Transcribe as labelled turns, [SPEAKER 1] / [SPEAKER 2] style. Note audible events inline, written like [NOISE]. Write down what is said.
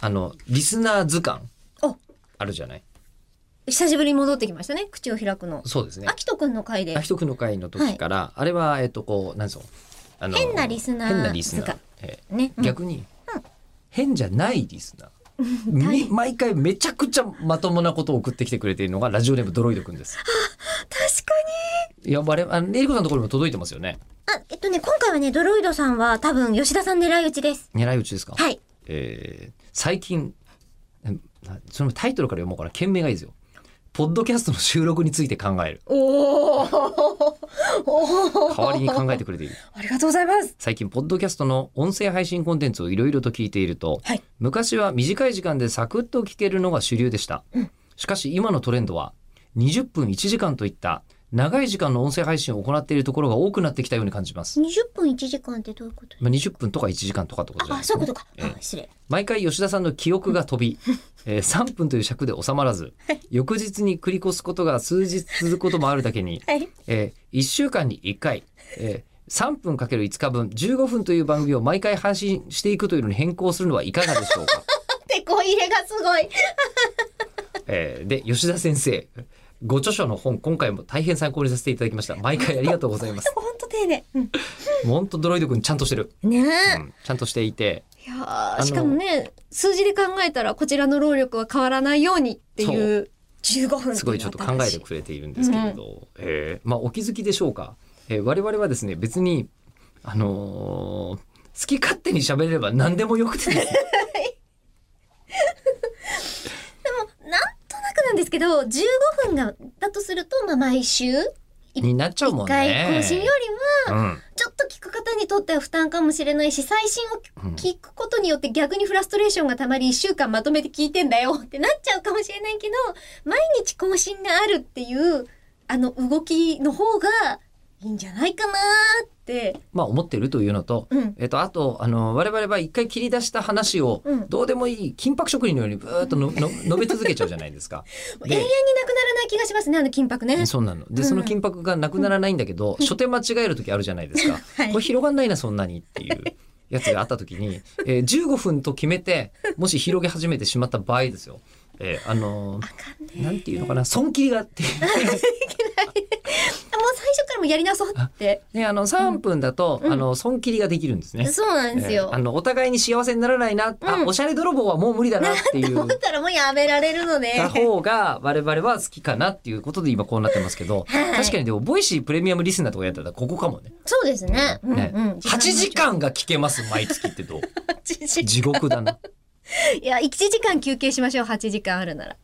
[SPEAKER 1] あの、リスナー図鑑
[SPEAKER 2] お
[SPEAKER 1] あるじゃない
[SPEAKER 2] 久しぶりに戻ってきましたね口を開くの
[SPEAKER 1] そうですね
[SPEAKER 2] あ。きとくんの回で
[SPEAKER 1] あひとくんの会の時から、あれは、えっと、こう、なんぞ、あの
[SPEAKER 2] 変なリスナー
[SPEAKER 1] 変なリスナ
[SPEAKER 2] 図
[SPEAKER 1] ー
[SPEAKER 2] 鑑。
[SPEAKER 1] え
[SPEAKER 2] ね、
[SPEAKER 1] え逆に、変じゃないリスナー。
[SPEAKER 2] [LAUGHS] うん大
[SPEAKER 1] み毎回めちゃくちゃまともなことを送ってきてくれているのがラジオネームドロイドくんです。
[SPEAKER 2] 確か
[SPEAKER 1] いや、我々、あの、エリコさんのところにも届いてますよね。
[SPEAKER 2] にあえっとね今回はねドロイドさんは多分吉田さん狙い撃ちです
[SPEAKER 1] 狙い撃ちですか
[SPEAKER 2] はい
[SPEAKER 1] えー最近、えなそのタイトルから読もうかな。件名がいいですよ。ポッドキャストの収録について考える。
[SPEAKER 2] お [LAUGHS] お
[SPEAKER 1] 代わりに考えてくれている。
[SPEAKER 2] ありがとうございます
[SPEAKER 1] 最近、ポッドキャストの音声配信コンテンツをいろいろと聞いていると、
[SPEAKER 2] はい
[SPEAKER 1] 昔は短い時間でサクッと聞けるのが主流でした。しかし、今のトレンドは、20分1時間といった、長い時間の音声配信を行っているところが多くなってきたように感じます。
[SPEAKER 2] 20分1時間ってどういうこと
[SPEAKER 1] まあ、20分とか1時間とかってことじゃない
[SPEAKER 2] あ
[SPEAKER 1] です
[SPEAKER 2] そうい
[SPEAKER 1] か、
[SPEAKER 2] うことか、
[SPEAKER 1] ええ
[SPEAKER 2] あ失礼
[SPEAKER 1] 毎回吉田さんの記憶が飛
[SPEAKER 2] [LAUGHS]
[SPEAKER 1] び、えー3分という尺で収まらず、翌日に繰り越すことが数日続くこともあるだけに、
[SPEAKER 2] はい
[SPEAKER 1] えー1週間に1回、えー3分 ×5 日分、15分という番組を毎回配信していくというのに変更するのはいかがでしょうか。 [LAUGHS]
[SPEAKER 2] てこ入れがすごい
[SPEAKER 1] えーで、吉田先生、ご著書の本、今回も大変参考にさせていただきました。毎回ありがとうござい
[SPEAKER 2] [LAUGHS]
[SPEAKER 1] ます。
[SPEAKER 2] ほんと丁寧、うん、
[SPEAKER 1] ほんとドロイド君ちゃんとしてる。
[SPEAKER 2] ねえ、
[SPEAKER 1] うん、ちゃんとしていて、
[SPEAKER 2] いや
[SPEAKER 1] の
[SPEAKER 2] ーしかもね数字で考えたらこちらの労力は変わらないようにっていう15分ってうのは
[SPEAKER 1] すごいちょっと考えてくれているんですけれど、えーまあお気づきでしょうか、えー我々はですね別にあのー好き勝手に喋れれば何でもよくてですね
[SPEAKER 2] なんとなくなんですけど15分がだとすると、まあ、毎週
[SPEAKER 1] になっちゃうも
[SPEAKER 2] 1
[SPEAKER 1] ん
[SPEAKER 2] 回
[SPEAKER 1] ね
[SPEAKER 2] 更新よりも
[SPEAKER 1] うん
[SPEAKER 2] ちょっと聞く方にとっては負担かもしれないし最新を
[SPEAKER 1] うん
[SPEAKER 2] 聞くことによって逆にフラストレーションがたまり1週間まとめて聞いてんだよってなっちゃうかもしれないけど毎日更新があるっていうあの動きの方がいいんじゃないかなーって。
[SPEAKER 1] まあ思ってるというのと、
[SPEAKER 2] うん
[SPEAKER 1] えっと、あと、あの、我々は一回切り出した話を
[SPEAKER 2] うん、。
[SPEAKER 1] どうでもいい金箔職人のようにぶーっとのの述べ続けちゃうじゃないですか
[SPEAKER 2] [LAUGHS] 永遠になくならない気がしますねあの金箔ね。
[SPEAKER 1] そうなの。で、
[SPEAKER 2] うん
[SPEAKER 1] その金箔がなくならないんだけど、書店間違える時あるじゃないですか。
[SPEAKER 2] はい
[SPEAKER 1] これ広がんないな、そんなにっていうやつがあった時
[SPEAKER 2] [LAUGHS]
[SPEAKER 1] に、えー15分と決めて、もし広げ始めてしまった場合ですよ。えーあのー
[SPEAKER 2] あかんねー
[SPEAKER 1] なんていうのかな、損切りがあ
[SPEAKER 2] [LAUGHS]
[SPEAKER 1] って。
[SPEAKER 2] あもう最初からもうやり直そうって。
[SPEAKER 1] ね、あの、3分だと、
[SPEAKER 2] うん
[SPEAKER 1] あの、損切りができるんですね。
[SPEAKER 2] そうなんですよ。
[SPEAKER 1] えーあの、お互いに幸せにならないな、あ、
[SPEAKER 2] うん
[SPEAKER 1] おしゃれ泥棒はもう無理だなっていう。
[SPEAKER 2] [LAUGHS] 思ったらもうやめられるので。
[SPEAKER 1] た方が我々は好きかなっていうことで今こうなってますけど、
[SPEAKER 2] [LAUGHS] はい
[SPEAKER 1] 確かにでもボイシープレミアムリスナーとかやったらここかもね。
[SPEAKER 2] そうですね。うん
[SPEAKER 1] ね、
[SPEAKER 2] うん。
[SPEAKER 1] 8時間が聞けます毎月ってどう
[SPEAKER 2] 8時間。
[SPEAKER 1] 地獄だな。
[SPEAKER 2] いや、1時間休憩しましょう。8時間あるなら。